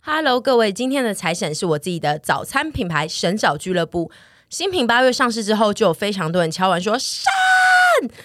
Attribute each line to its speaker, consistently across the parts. Speaker 1: Hello，各位，今天的财神是我自己的早餐品牌神早俱乐部。新品八月上市之后，就有非常多人敲完说：“神，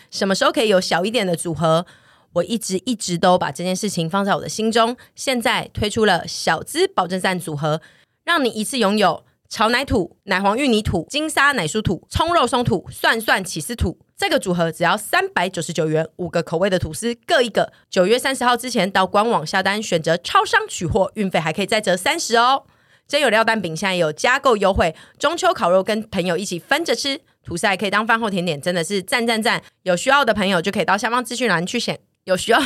Speaker 1: 什么时候可以有小一点的组合？”我一直一直都把这件事情放在我的心中。现在推出了小资保证站组合，让你一次拥有炒奶土、奶黄芋泥土、金沙奶酥土、葱肉松土、蒜蒜起司土。这个组合只要三百九十九元，五个口味的吐司各一个。九月三十号之前到官网下单，选择超商取货，运费还可以再折三十哦。真有料蛋饼现在有加购优惠，中秋烤肉跟朋友一起分着吃，吐司还可以当饭后甜点，真的是赞赞赞！有需要的朋友就可以到下方资讯栏去选，有需要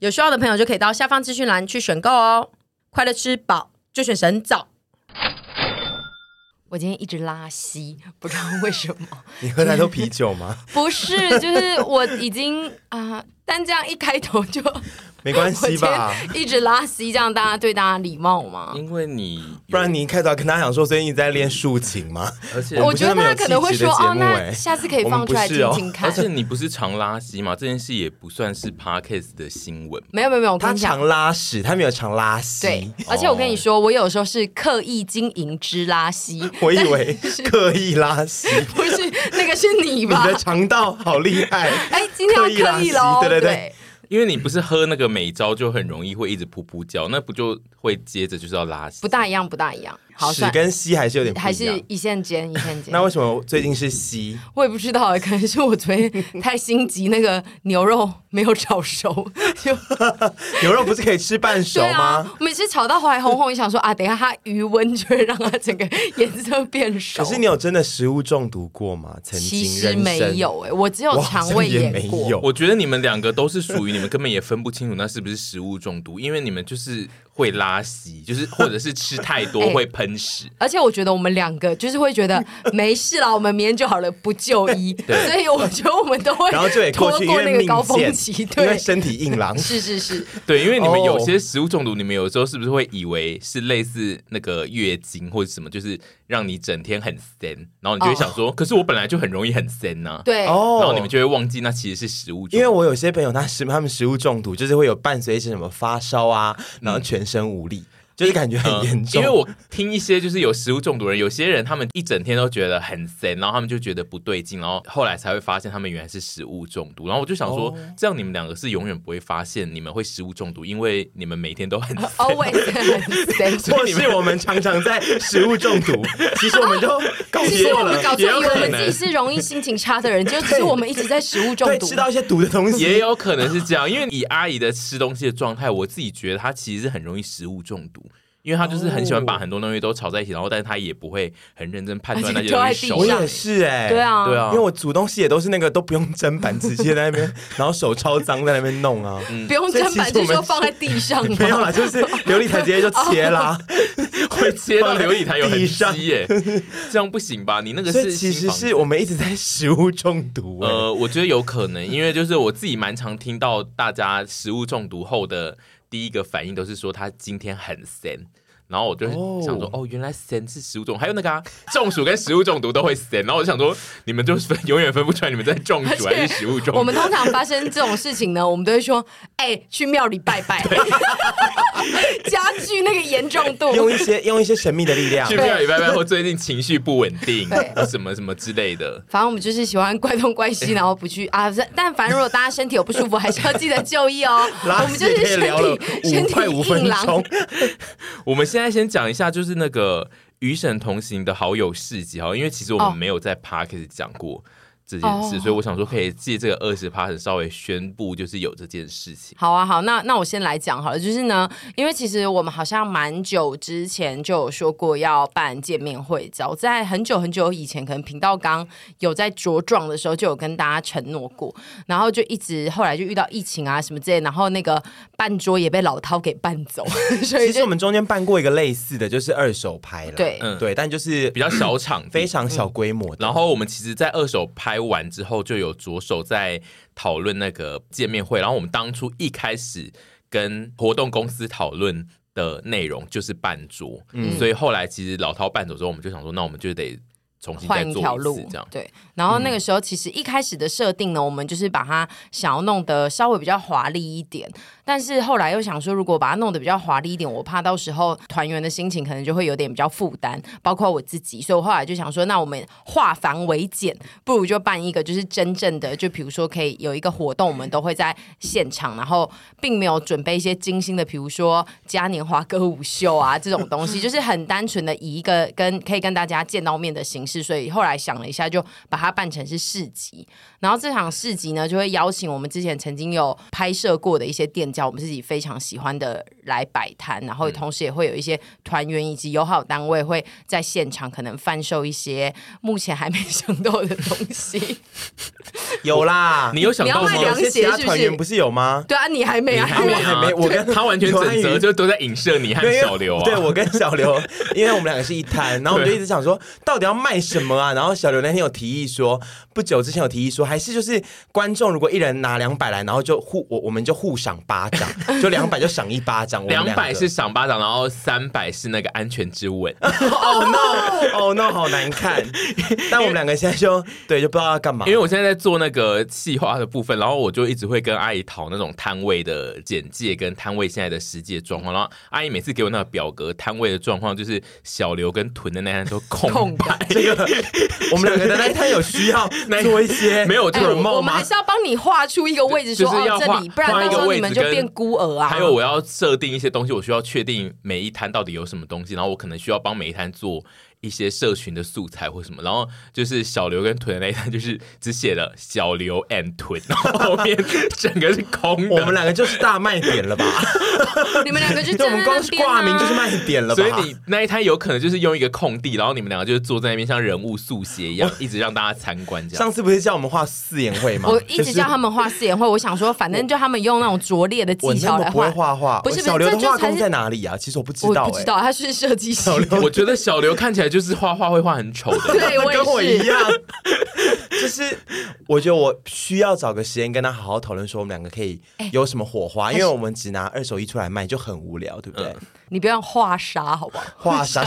Speaker 1: 有需要的朋友就可以到下方资讯栏去选购哦。快乐吃饱就选神早。
Speaker 2: 我今天一直拉稀，不知道为什么。
Speaker 3: 你喝太多啤酒吗？
Speaker 2: 不是， 就是我已经啊、但这样一开头就
Speaker 3: 没 关
Speaker 2: 我
Speaker 3: 系
Speaker 2: 今
Speaker 3: 吧，
Speaker 2: 天一直拉稀，这样大家对大家礼貌吗？
Speaker 4: 因 为你
Speaker 3: 啊不然你一开头要跟他讲说，所以你在练竖琴吗？
Speaker 4: 而且
Speaker 3: 我
Speaker 2: 我
Speaker 3: 们
Speaker 2: 觉得
Speaker 3: 真的没有
Speaker 2: 大家可能会
Speaker 3: 气质
Speaker 2: 说
Speaker 3: 的节
Speaker 2: 哦，
Speaker 3: 目
Speaker 2: 那
Speaker 3: 哎
Speaker 2: 下次可以
Speaker 3: 我们
Speaker 2: 放出来
Speaker 3: 不
Speaker 2: 听
Speaker 3: 是哦
Speaker 2: 听看
Speaker 4: 而。且你不是常拉稀嘛，这 件事也不算是 podcast 的新闻。
Speaker 2: 没有没有没有，我跟
Speaker 3: 他
Speaker 2: 你讲
Speaker 3: 常，拉屎，他没有常拉稀。哦
Speaker 2: 对，而且我跟你说，我有时候是刻意经营之拉 稀，
Speaker 3: 我以 为刻意拉屎，
Speaker 2: 不是那个是你
Speaker 3: 你
Speaker 2: 吧
Speaker 3: 的？肠道好厉害。
Speaker 2: 哎，今天要刻意喽，
Speaker 3: 刻意拉稀对对对
Speaker 2: 对
Speaker 4: 因为你不是喝那个美招就很容易会一直噗噗叫，那不就会接着就是要拉稀？
Speaker 2: 不大一样，不大一样。 好，
Speaker 3: 屎
Speaker 2: 算
Speaker 3: 跟稀还是有点不一样
Speaker 2: 还是一线间一线间。
Speaker 3: 那为什么最近是稀？
Speaker 2: 我也不知道欸，可能是我昨天太心急，那个牛肉没有炒熟， 就
Speaker 3: 牛肉不是可以吃半熟
Speaker 2: 对
Speaker 3: 吗？
Speaker 2: 啊，我每次炒到后来红红，也想说啊，等一下它余温就会让它整个颜色变熟。
Speaker 3: 可是你有真的食物中毒过吗？曾
Speaker 2: 其
Speaker 3: 经
Speaker 2: 实
Speaker 3: 人生
Speaker 2: 没，有哎、我只有
Speaker 3: 我好
Speaker 2: 肠
Speaker 3: 像
Speaker 2: 胃
Speaker 3: 也
Speaker 2: 炎
Speaker 3: 没
Speaker 2: 过。
Speaker 3: 有。
Speaker 4: 我觉得你们两个都是属于你们根本也分不清楚那是不是食物中毒，因为你们就是会拉稀，就是 或者是吃太多
Speaker 2: 哎
Speaker 4: 会喷屎。
Speaker 2: 而且我觉得我们两个就是会觉得没事啦，我们明天就好了，不就 医。所以我觉得我们都会
Speaker 3: 然后就也
Speaker 2: 拖
Speaker 3: 过去，因
Speaker 2: 过那
Speaker 3: 为
Speaker 2: 个
Speaker 3: 命
Speaker 2: 高峰
Speaker 3: 贱
Speaker 2: 期。，
Speaker 3: 因为
Speaker 2: 对，
Speaker 3: 身体硬朗，
Speaker 2: 是是是，
Speaker 4: 对，因为你们
Speaker 3: 哦
Speaker 4: 有些食物中毒，你们有时候是不是会以为是类似那个月经或者什么，就是让你整天很森，然后你就
Speaker 2: 哦
Speaker 4: 会想说，可是我本来就很容易很啊森呐、
Speaker 2: 对。
Speaker 3: 哦
Speaker 4: 然后你们就会忘记那其实是食物中毒。
Speaker 3: 因为我有些朋友他食他们食物中毒，就是会有伴随一些什么发烧啊，然后全身无力，就是感觉很严重。
Speaker 4: 嗯因为我听一些就是有食物中毒的人，有些人他们一整天都觉得很森，然后他们就觉得不对劲，然后后来才会发现他们原来是食物中毒。然后我就想
Speaker 3: 哦
Speaker 4: 说，这样你们两个是永远不会发现你们会食物中毒，因为你们每天 都很森。
Speaker 2: always 很 s
Speaker 3: 或是我们常常在食物中毒，其实我们就搞
Speaker 2: 其实
Speaker 3: 错
Speaker 2: 我们
Speaker 3: 了，
Speaker 2: 搞错，
Speaker 4: 也有
Speaker 2: 以为我
Speaker 4: 可
Speaker 2: 们
Speaker 4: 能
Speaker 2: 自己是容易心情差的 人，就只是我们一直在食物中
Speaker 3: 对，
Speaker 2: 毒
Speaker 3: 吃。到一些毒的东
Speaker 4: 也
Speaker 3: 西。
Speaker 4: 有可能是这样，因为以阿姨的吃东西的状态，我自己觉得她其实是很容易食物中毒，因为她就是很喜欢把很多东西都炒在一起，然后但是她也不会很认真判断那些东西
Speaker 2: 而
Speaker 4: 熟
Speaker 3: 我
Speaker 2: 且丢在地上
Speaker 4: 了。
Speaker 3: 也是哎、
Speaker 2: 对。啊，
Speaker 4: 对啊
Speaker 3: 因为我煮东西也都是那个都不用砧板，直接在那边，然后手超脏在那边弄啊，
Speaker 4: 嗯
Speaker 2: 不用砧板，
Speaker 3: 所
Speaker 2: 就
Speaker 3: 以其实我们
Speaker 2: 说放在地 上哦嘛。
Speaker 3: 没有啦，就是琉璃台直接就切啦，
Speaker 4: 会切到琉璃台 有痕
Speaker 3: 地上
Speaker 4: 迹耶， 这样不行吧？你那个
Speaker 3: 所
Speaker 4: 是
Speaker 3: 以其实
Speaker 4: 新房子
Speaker 3: 是我们一直在食物中毒、哎
Speaker 4: 呃，我觉得有可能，因为就是我自己蛮常听到大家食物中毒后的第一个反应都是说他今天很咸。然后我就
Speaker 3: 哦
Speaker 4: 想说，哦原来咸是食物中毒，还有那个、啊、 中暑跟食物中毒都会咸。然后我就想说，你们就是分永远分不出来你们在中暑还是食物中毒。
Speaker 2: 我们通常发生这种事情呢，我们都会说：“哎、去庙里拜拜。” 加剧那个严重度。
Speaker 3: 用一些用一些神秘的力量
Speaker 4: 去，庙里拜拜，或最近情绪不稳定
Speaker 2: 对，
Speaker 4: 什么什么之类的。
Speaker 2: 反正我们就是喜欢怪东怪
Speaker 3: 哎
Speaker 2: 西，然后不去啊。但凡如果大家身体有不舒服，还是要记得就医哦。
Speaker 3: 拉
Speaker 2: 我们就是
Speaker 3: 屎可以
Speaker 2: 身
Speaker 3: 聊了
Speaker 2: 体身
Speaker 3: 五快五
Speaker 2: 体
Speaker 3: 分
Speaker 2: 硬朗
Speaker 3: 钟，，
Speaker 4: 我们现在先讲一下，就是那个与神同行的好友市集哈，因为其实我
Speaker 2: 哦
Speaker 4: 们没有在 p a r k e 讲过。这件事，
Speaker 2: 哦
Speaker 4: 所以我想说可以借这个二十 p a 稍微宣布，就是有这件事情。
Speaker 2: 好啊，好，那那我先来讲好了，就是呢，因为其实我们好像蛮久之前就有说过要办见面会，早在很久很久以前，可能频道刚有在茁壮的时候就有跟大家承诺过，然后就一直后来就遇到疫情啊什么之类，然后那个办桌也被老饕给办走， 所以
Speaker 3: 其实
Speaker 2: 就
Speaker 3: 我们中间办过一个类似的，就是二手拍了，
Speaker 2: 对
Speaker 4: 嗯
Speaker 3: 对，但就是
Speaker 4: 比较 小场地
Speaker 3: 非常小规模的。
Speaker 4: 然后我们其实，在二手拍完之后，就有着手在讨论那个见面会。然后我们当初一开始跟活动公司讨论的内容就是办桌，
Speaker 2: 嗯
Speaker 4: 所以后来其实老饕办走之后，我们就想说，那我们就得重新再
Speaker 2: 换
Speaker 4: 做
Speaker 2: 一条
Speaker 4: 一次
Speaker 2: 路
Speaker 4: 这样。
Speaker 2: 对，然后那个时候其实一开始的设定呢，我们就是把它想要弄得稍微比较华丽一点，但是后来又想说，如果把它弄得比较华丽一点，我怕到时候团员的心情可能就会有点比较负担，包括我自己，所以我后来就想说，那我们化繁为简，不如就办一个就是真正的，就比如说可以有一个活动，我们都会在现场，然后并没有准备一些精心的，比如说嘉年华歌舞秀啊这种东西，就是很单纯的以一个跟可以跟大家见到面的形式，所以后来想了一下，就把它办成是市集。然后这场市集呢，就会邀请我们之前曾经有拍摄过的一些店家，我们自己非常喜欢的来摆摊，然后同时也会有一些团员以及友好单位会在现场可能贩售一些目前还没想到的东西。
Speaker 3: 有啦，
Speaker 4: 你有想到
Speaker 2: 你
Speaker 4: 吗
Speaker 2: 要卖？凉鞋
Speaker 3: 有些其他
Speaker 2: 是不是
Speaker 3: 团员不是有吗？
Speaker 2: 对啊，你还没啊？
Speaker 4: 还
Speaker 3: 没还没我跟
Speaker 4: 他完全
Speaker 3: 刘
Speaker 4: 整
Speaker 3: 安
Speaker 4: 责
Speaker 3: 宇
Speaker 4: 就都在影射你和
Speaker 3: 对因为
Speaker 4: 小刘啊。
Speaker 3: 对我跟小刘，因为我们两个是一摊，然后我们就
Speaker 4: 对
Speaker 3: 一直想说，到底要卖什么啊？然后小刘那天有提议说，不久之前有提议说，还是就是观众如果一人拿两百来，然后就互我我们就互赏巴掌，就两百就赏一巴掌。我们
Speaker 4: 两
Speaker 3: 两
Speaker 4: 百是赏巴掌，然后三百是那个安全之吻。
Speaker 3: 哦 no 哦 no 好难 看，但我们两个现在就对就不知道要干嘛，
Speaker 4: 因为我现在在做那个企划的部分，然后我就一直会跟阿姨讨那种摊位的简介跟摊位现在的实际的状况。然后阿姨每次给我那个表格摊位的状况，就是小刘跟屯的那摊都空
Speaker 2: 空
Speaker 4: 白，
Speaker 3: 这个我们两个的那一摊有需 要做一些
Speaker 4: 没有这
Speaker 2: 哎
Speaker 4: 种
Speaker 2: 我
Speaker 4: 梦
Speaker 2: 我们
Speaker 4: 吗
Speaker 2: 还？是要帮你画出一个位置
Speaker 4: 就
Speaker 2: 说，
Speaker 4: 是要
Speaker 2: 哦
Speaker 4: 画
Speaker 2: 这里，不然
Speaker 4: 画一
Speaker 2: 到
Speaker 4: 个
Speaker 2: 时候
Speaker 4: 位
Speaker 2: 你
Speaker 4: 置
Speaker 2: 们就
Speaker 4: 跟
Speaker 2: 变孤儿啊。
Speaker 4: 还有我要设定一些东西，我需要确定每一摊到底有什么东西，然后我可能需要帮每一摊做一些社群的素材或什么。然后就是小刘跟屯的那一摊，就是只写了小刘 and 屯， 然后后面整个是空的。
Speaker 3: 我们两个就是大卖点了吧？
Speaker 2: 你们两个 就
Speaker 3: 就我
Speaker 2: 站在
Speaker 3: 们光
Speaker 2: 那
Speaker 3: 是
Speaker 2: 边
Speaker 3: 挂名就是
Speaker 2: 啊。
Speaker 3: 卖点了吧？
Speaker 4: 所以你那一摊有可能就是用一个空地，然后你们两个就是坐在那边像人物速写一样，一直让大家参观这样。
Speaker 3: 上次不是叫我们画四眼会吗？
Speaker 2: 我一
Speaker 3: 就
Speaker 2: 直
Speaker 3: 是
Speaker 2: 叫他们画四眼绘，我想说，反正就他们用那种拙劣的
Speaker 3: 我
Speaker 2: 技
Speaker 3: 那
Speaker 2: 巧
Speaker 3: 么
Speaker 2: 来
Speaker 3: 不会
Speaker 2: 画。
Speaker 3: 画画，
Speaker 2: 不是
Speaker 3: 我小刘
Speaker 2: 不
Speaker 3: 的
Speaker 2: 是这
Speaker 3: 画
Speaker 2: 这才
Speaker 3: 功
Speaker 2: 是
Speaker 3: 在哪里啊？其实我不知
Speaker 2: 我
Speaker 3: 道，
Speaker 2: 不知道，他是设计师。
Speaker 4: 我觉得小刘看起来就是画画会画很丑的人，
Speaker 2: 对，
Speaker 3: 哎， 跟我
Speaker 2: 也
Speaker 3: 一
Speaker 2: 是。
Speaker 3: 样。就是我觉得我需要找个时间跟他好好讨论，说我们两个可以
Speaker 2: 哎
Speaker 3: 有什么火花，因为我们只拿二手衣出来卖就很无聊，对不
Speaker 4: 嗯
Speaker 3: 对？
Speaker 2: 你不要画沙，好不 好？
Speaker 3: 画啥？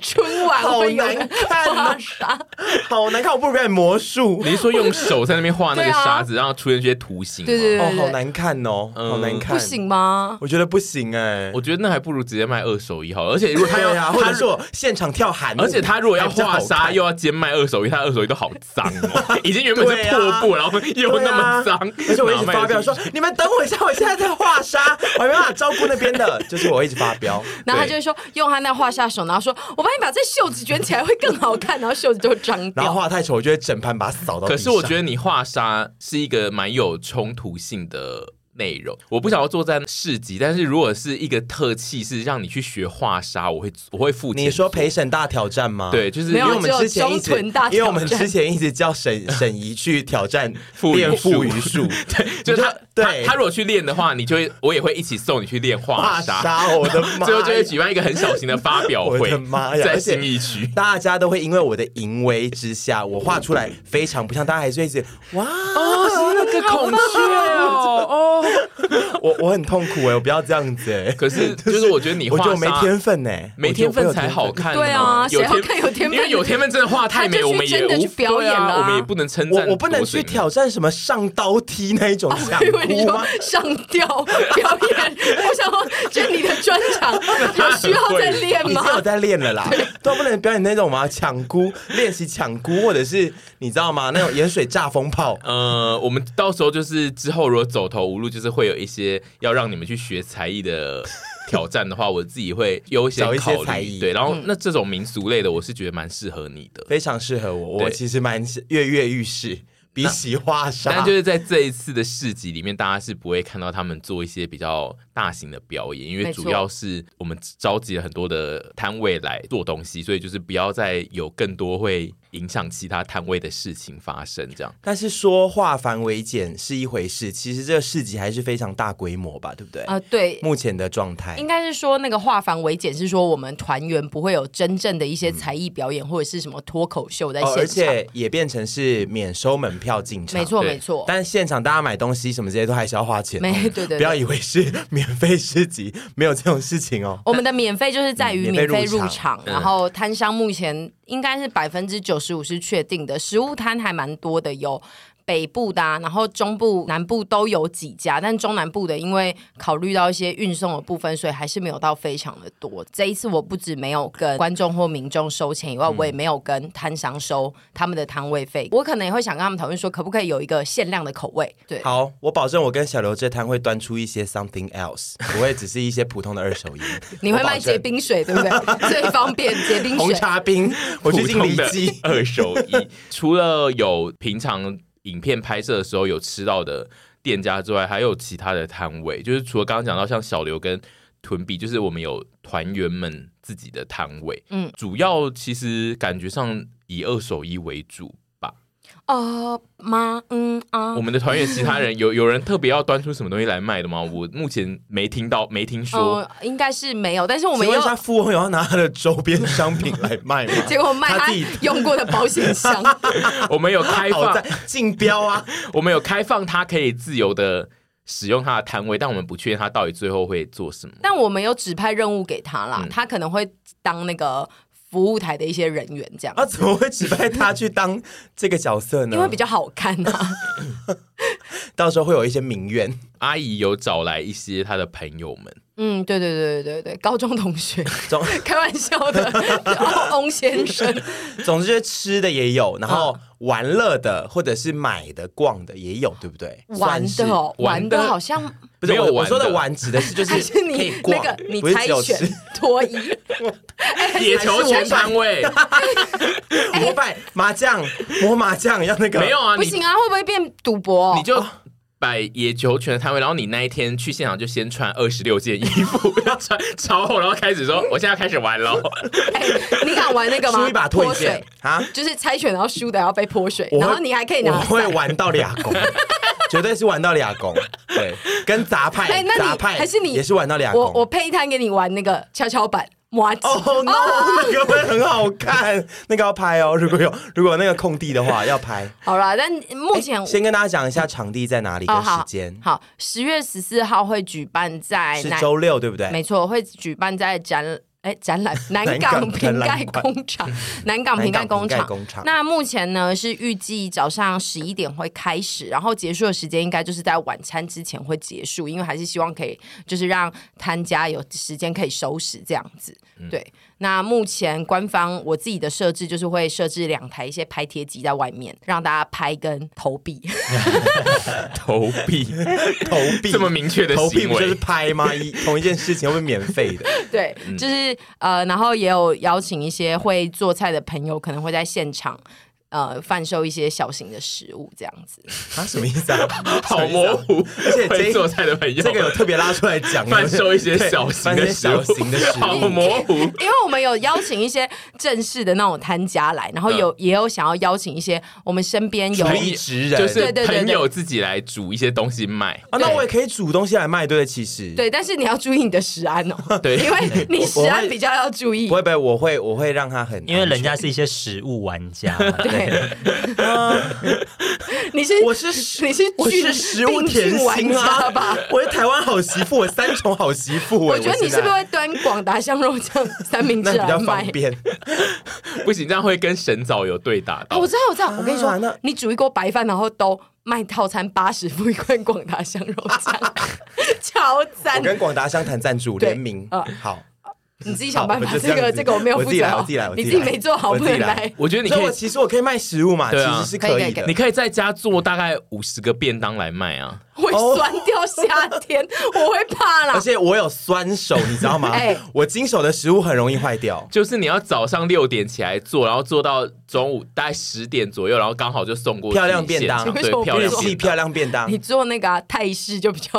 Speaker 2: 春晚会有
Speaker 3: 好难
Speaker 2: 人
Speaker 3: 看哦
Speaker 2: 画沙，
Speaker 3: 好难看，我不如表演魔术。
Speaker 4: 你是说用手在那边画那个
Speaker 2: 对啊
Speaker 4: 沙子，然后出现这些图形吗？
Speaker 2: 对对对
Speaker 3: 哦，好难看哦，好难看，
Speaker 2: 不，行吗？
Speaker 3: 我觉得不行哎。
Speaker 4: 嗯我觉得那还不如直接卖二手衣好了。而且如果他
Speaker 3: 对
Speaker 4: 要，
Speaker 3: 呀，或
Speaker 4: 他
Speaker 3: 者是我现场跳韩舞，
Speaker 4: 而且他如果要
Speaker 3: 哎还比较
Speaker 4: 画
Speaker 3: 好
Speaker 4: 沙，
Speaker 3: 看
Speaker 4: 又要兼卖二手衣，他二手衣都好脏 哦，已经原本
Speaker 3: 对
Speaker 4: 是
Speaker 3: 啊
Speaker 4: 破布，然后又
Speaker 3: 对
Speaker 4: 那么脏
Speaker 3: 啊，而且我一直发飙说
Speaker 4: 哪卖得出去：“
Speaker 3: 你们等我一下，我现在在画沙，我还没办法照顾那边的。”就是我一直发飙，
Speaker 2: 然后他
Speaker 4: 对
Speaker 2: 就会说，用他那画沙手，然后说，我帮你把这袖子卷起来会更好看，然后袖子就脏
Speaker 3: 然
Speaker 2: 掉。
Speaker 3: 后画太丑，我就会整盘把它扫到地上。
Speaker 4: 可是我觉得你画沙是一个蛮有冲突性的内容，我不想要做在市集，但是如果是一个特技是让你去学画沙，我会我会付钱。
Speaker 3: 你说陪审大挑战吗？
Speaker 4: 对，，就是
Speaker 2: 没
Speaker 3: 因
Speaker 2: 有
Speaker 3: 为我们之前一
Speaker 2: 只有
Speaker 3: 直，
Speaker 2: 中屯大挑战
Speaker 3: 因为我们之前一直叫沈 沈怡去挑战
Speaker 4: 腹语
Speaker 3: 练
Speaker 4: 术
Speaker 3: 腹语术，
Speaker 4: 对，就是他
Speaker 3: 对
Speaker 4: 他他如果去练的话，你就会我也会一起送你去练画
Speaker 3: 画
Speaker 4: 沙，
Speaker 3: 沙，我的妈呀！
Speaker 4: 最后就会举办一个很小型的发表
Speaker 3: 我
Speaker 4: 会
Speaker 3: 的妈呀！，
Speaker 4: 在
Speaker 3: 而且
Speaker 4: 新义区。
Speaker 3: 大家都会因为我的淫威之下，我画出来非常不像，大家还是会一直哇，
Speaker 4: 那个孔雀
Speaker 3: 啊
Speaker 4: 哦，
Speaker 3: 我我很痛苦哎、我不要这样子哎、
Speaker 4: 可是就是我觉得你
Speaker 3: 我
Speaker 4: 画
Speaker 3: 觉
Speaker 4: 沙
Speaker 3: 得我没天分呢、
Speaker 4: 没
Speaker 3: 我觉得
Speaker 4: 天
Speaker 3: 我有
Speaker 4: 分才好看嘛。
Speaker 2: 对啊谁要
Speaker 4: 天
Speaker 2: 看有天分
Speaker 4: 因为有天分真的画太美，
Speaker 2: 他就
Speaker 4: 我
Speaker 2: 去
Speaker 4: 们也
Speaker 2: 真的
Speaker 4: 无
Speaker 2: 去表演
Speaker 4: 对啊
Speaker 2: 了啊
Speaker 4: 我们也不能称赞。，
Speaker 3: 我我不能去挑，战什么上刀梯那一种想
Speaker 2: 我以为你
Speaker 3: 哭吗
Speaker 2: 说？上吊表演，我想说，这你的专场 有需要再练
Speaker 3: 已经有
Speaker 2: 吗？
Speaker 3: 在练了啦，都不能表演那种嘛抢姑练习抢姑，或者是你知道吗？那种盐水炸风炮
Speaker 4: 呃，我们到时候就是之后如果走投无路，就是会有一些要让你们去学才艺的挑战的话，我自己会优先
Speaker 3: 找一些
Speaker 4: 考
Speaker 3: 才
Speaker 4: 虑。
Speaker 3: 艺
Speaker 4: 对，然后那这种民俗类的，我是觉得蛮适合你的。
Speaker 3: 非常适合我。我
Speaker 4: 对
Speaker 3: 其实蛮跃跃欲试，比起画沙，
Speaker 4: 但就是在这一次的市集里面，大家是不会看到他们做一些比较大型的表演，因为
Speaker 2: 没错
Speaker 4: 主要是我们召集了很多的摊位来做东西，所以就是不要再有更多会影响其他摊位的事情发生。这样，
Speaker 3: 但是说化繁为简是一回事，其实这个市集还是非常大规模吧，对不对？
Speaker 2: 啊、对，
Speaker 3: 目前的状态
Speaker 2: 应该是说那个化繁为简，是说我们团员不会有真正的一些才艺表演或者是什么脱口秀在
Speaker 3: 哦，而
Speaker 2: 现场。
Speaker 3: 且也变成是免收门票进场，
Speaker 2: 没错，
Speaker 4: 对
Speaker 2: 没错。
Speaker 3: 但现场大家买东西什么这些都还是要花钱、哦，
Speaker 2: 没对对对
Speaker 3: 不要以为是免费市集，没有这种事情哦。
Speaker 2: 我们的免费就是在于
Speaker 3: 嗯
Speaker 2: 免
Speaker 3: 免
Speaker 2: 费
Speaker 3: 费
Speaker 2: 入
Speaker 3: 入
Speaker 2: 场，
Speaker 3: 场
Speaker 2: 然后摊商目前应该是百分之九十五是确定的，食物摊还蛮多的，有北部的、啊，然后中部、南部都有几家，但中南部的因为考虑到一些运送的部分，所以还是没有到非常的多。这一次我不止没有跟观众或民众收钱以
Speaker 3: 嗯
Speaker 2: 外，我也没有跟摊商收他们的摊位费，我可能也会想跟他们讨论说，可不可以有一个限量的口味，对。。
Speaker 3: 好，我保证我跟小刘这摊会端出一些 something else，不会只是一些普通的二手烟
Speaker 2: 你会
Speaker 3: 我保
Speaker 2: 卖结
Speaker 3: 证
Speaker 2: 冰水对不 对？最方便结冰
Speaker 3: 红
Speaker 2: 水。
Speaker 3: 茶冰，我去
Speaker 4: 普
Speaker 3: 进
Speaker 4: 通
Speaker 3: 里
Speaker 4: 的
Speaker 3: 脊
Speaker 4: 二手衣，除了有平常影片拍摄的时候有吃到的店家之外，还有其他的摊位，就是除了刚刚讲到像小刘跟屯比，就是我们有团员们自己的摊位，
Speaker 2: 嗯
Speaker 4: 嗯，主要其实感觉上以二手衣为主。吧。
Speaker 2: 哦妈，嗯啊，
Speaker 4: 我们的团员其他人有 有人特别要端出什么东西来卖的吗？我目前没听到，没听说。
Speaker 2: 呃应该是没有，但是我
Speaker 3: 我
Speaker 2: 们
Speaker 3: 们
Speaker 2: 又？
Speaker 3: 问一下，富翁有要拿他的周边商品来卖吗
Speaker 2: 结果卖
Speaker 3: 他
Speaker 2: 他
Speaker 3: 自己
Speaker 2: 用过的保险 箱，
Speaker 4: 我们有开
Speaker 3: 好
Speaker 4: 放
Speaker 3: 在，竞标啊，
Speaker 4: 我们有开放，他可以自由的使用他的摊位，但我们不确定他到底最后会做什么。
Speaker 2: 但我们有指派任务给他啦，
Speaker 4: 嗯
Speaker 2: 他可能会当那个服务台的一些人员这样。
Speaker 3: 啊，怎么会指派他去当这个角色呢？
Speaker 2: 因为比较好看 啊，
Speaker 3: 到时候会有一些民怨，
Speaker 4: 阿姨有找来一些她的朋友们，
Speaker 2: 嗯，对对对对对对，高中同学，
Speaker 3: 总
Speaker 2: 开玩笑的，哦翁先生，
Speaker 3: 总之就是吃的也有，
Speaker 2: 嗯
Speaker 3: 然后玩乐的或者是买的、逛的也有，对不对？
Speaker 2: 玩
Speaker 3: 算是
Speaker 2: 的哦，玩
Speaker 4: 玩的
Speaker 2: 的好像
Speaker 3: 不是
Speaker 4: 没有
Speaker 3: 我我
Speaker 4: 玩的
Speaker 3: 说的玩指的是就是
Speaker 2: 还是
Speaker 3: 可
Speaker 2: 你
Speaker 3: 以
Speaker 2: 那
Speaker 3: 逛，
Speaker 2: 个你
Speaker 3: 不是
Speaker 2: 猜
Speaker 3: 只有
Speaker 2: 拳
Speaker 3: 吃。
Speaker 2: 脱衣，哎
Speaker 4: 野球全摊位
Speaker 3: 模板麻将、摸麻将要那个
Speaker 4: 没有啊，
Speaker 2: 不
Speaker 4: 你
Speaker 2: 行啊，会不会变赌博？
Speaker 4: 你就摆野球全摊位，然后你那一天去现场就先穿二十六件衣服，要穿超厚，然后开始说我现在要开始玩 喽。
Speaker 2: 哎你敢玩那个吗？
Speaker 3: 输一把退
Speaker 2: 泼水
Speaker 3: 件啊！
Speaker 2: 就是猜拳，然后输的要被泼水，
Speaker 3: 我会
Speaker 2: 然哎后你还可以
Speaker 3: 我
Speaker 2: 拿
Speaker 3: 会玩到俩 拱，绝对是玩到俩拱。对，跟杂
Speaker 2: 哎
Speaker 3: 派
Speaker 2: 那你，
Speaker 3: 杂派
Speaker 2: 还是你
Speaker 3: 也是玩到俩
Speaker 2: 我
Speaker 3: 拱。
Speaker 2: 我配一摊给你玩那个跷跷板摩吉。
Speaker 3: 哦、no，那个会很好看，那个要拍哦。如果有如果有那个空地的话，要拍。
Speaker 2: 好啦，但目前
Speaker 3: 哎先跟大家讲一下场地在哪里跟
Speaker 2: 哦
Speaker 3: 时
Speaker 2: 好
Speaker 3: 间，
Speaker 2: 好，十月十四号会举办在
Speaker 3: 是
Speaker 2: 南，
Speaker 3: 周六对不对？
Speaker 2: 哎没错，会举办在展。哎，展览南
Speaker 3: 南
Speaker 2: 港
Speaker 3: 港
Speaker 2: 瓶
Speaker 3: 展览
Speaker 2: 盖
Speaker 3: 馆
Speaker 2: 工 厂，南港瓶盖
Speaker 3: 南港
Speaker 2: 工
Speaker 3: 瓶盖
Speaker 2: 厂。
Speaker 3: 工厂
Speaker 2: 那目前呢是预计早上十一点会开始，然后结束的时间应该就是在晚餐之前会结束，因为还是希望可以就是让摊家有时间可以收拾这样子。
Speaker 3: 嗯
Speaker 2: 对，那目前官方我自己的设置就是会设置两台一些拍贴机在外面，让大家拍跟投币。
Speaker 4: 投 币
Speaker 3: 投币
Speaker 4: 这么明确的
Speaker 3: 投币
Speaker 4: 行
Speaker 3: 不就是
Speaker 4: 为，
Speaker 3: 拍吗？一同一件事情会不会免 费的？
Speaker 2: 对，
Speaker 3: 嗯
Speaker 2: 就是呃，然后也有邀请一些会做菜的朋友，可能会在现场。呃，贩售一些小型的食物这样子，
Speaker 3: 啊，什么意思啊？
Speaker 4: 好模糊。
Speaker 3: 而且这
Speaker 4: 会
Speaker 3: 一
Speaker 4: 做菜的朋友，
Speaker 3: 这个有特别拉出来讲，
Speaker 4: 贩售一些小型
Speaker 3: 对
Speaker 4: 的
Speaker 3: 贩
Speaker 4: 食
Speaker 3: 售
Speaker 4: 物
Speaker 3: 小型的食
Speaker 4: 好
Speaker 3: 物。
Speaker 4: 模糊。
Speaker 2: 因为我们有邀请一些正式的那种摊家来，然后有、
Speaker 3: 嗯
Speaker 2: 也有想要邀请一些我们身边有
Speaker 3: 厨艺职人
Speaker 4: 就是
Speaker 2: 对对对
Speaker 4: 朋友自己来煮一些东西卖。
Speaker 3: 啊，那我也可以煮东西来卖，对不对？其实，
Speaker 2: 对，但是你要注意你的食安 哦，
Speaker 4: 对
Speaker 2: 因为你食
Speaker 3: 我
Speaker 2: 安
Speaker 3: 会
Speaker 2: 比较要注意
Speaker 3: 不。会不会，我会我会让他很安全，
Speaker 5: 因为人家是一些食物玩 家嘛， 对，
Speaker 2: 对，你是
Speaker 3: 我是
Speaker 2: 你是
Speaker 3: 我
Speaker 2: 菌
Speaker 3: 是食物
Speaker 2: 病
Speaker 3: 甜
Speaker 2: 菌玩
Speaker 3: 心
Speaker 2: 家
Speaker 3: 啊
Speaker 2: 吧？，
Speaker 3: 我是台湾好媳妇，我三重好媳妇哎。
Speaker 2: 我觉得你是
Speaker 3: 现
Speaker 2: 不是
Speaker 3: 在
Speaker 2: 会端广达香肉酱三明治
Speaker 3: 那比
Speaker 2: 来
Speaker 3: 较
Speaker 2: 卖
Speaker 3: 方？便？
Speaker 4: 不行，这样会跟神早有对打
Speaker 2: 哦，
Speaker 4: 到
Speaker 2: 我。知道，我知道，我跟你说，
Speaker 3: 啊那
Speaker 2: 你煮一锅白饭，然后都卖套餐八十付一罐广达香肉 酱，超赞
Speaker 3: 我！跟广达商谈赞助
Speaker 2: 对
Speaker 3: 联名
Speaker 2: 啊，
Speaker 3: 好，
Speaker 2: 你自己想办
Speaker 3: 好
Speaker 2: 法，
Speaker 3: 我就
Speaker 2: 这
Speaker 3: 这
Speaker 2: 个
Speaker 3: 样子
Speaker 2: 这个我没有
Speaker 3: 我
Speaker 2: 负
Speaker 3: 自己
Speaker 2: 责
Speaker 3: 来
Speaker 2: 好
Speaker 3: 我自己来，我
Speaker 2: 你
Speaker 3: 自
Speaker 2: 自
Speaker 3: 己
Speaker 2: 己
Speaker 3: 来
Speaker 2: 没做好，
Speaker 3: 我
Speaker 2: 不
Speaker 3: 自
Speaker 2: 能
Speaker 3: 己来
Speaker 2: 来。
Speaker 4: 我觉得你
Speaker 3: 那
Speaker 4: 可
Speaker 3: 我
Speaker 4: 以，
Speaker 3: 其实我可以卖食物嘛，其
Speaker 4: 对啊
Speaker 3: 实是
Speaker 2: 可以可以
Speaker 3: 以
Speaker 2: 可
Speaker 3: 的
Speaker 4: 你。可以在家做大概五十个便当来卖啊。
Speaker 2: 会酸掉夏天，我会怕啦
Speaker 3: 而。且我有酸手，你知道吗？
Speaker 2: 哎
Speaker 3: 我经手的食物很容易坏掉。
Speaker 4: 就是你要早上六点起来做，然后做到中午大概十点左右，然后刚好就送过去
Speaker 3: 漂亮便当
Speaker 4: 现场
Speaker 2: 为什么
Speaker 4: 对，漂
Speaker 3: 日
Speaker 4: 亮
Speaker 3: 系
Speaker 4: 便
Speaker 3: 漂亮便 当
Speaker 2: 你，做那个、啊、泰式就比较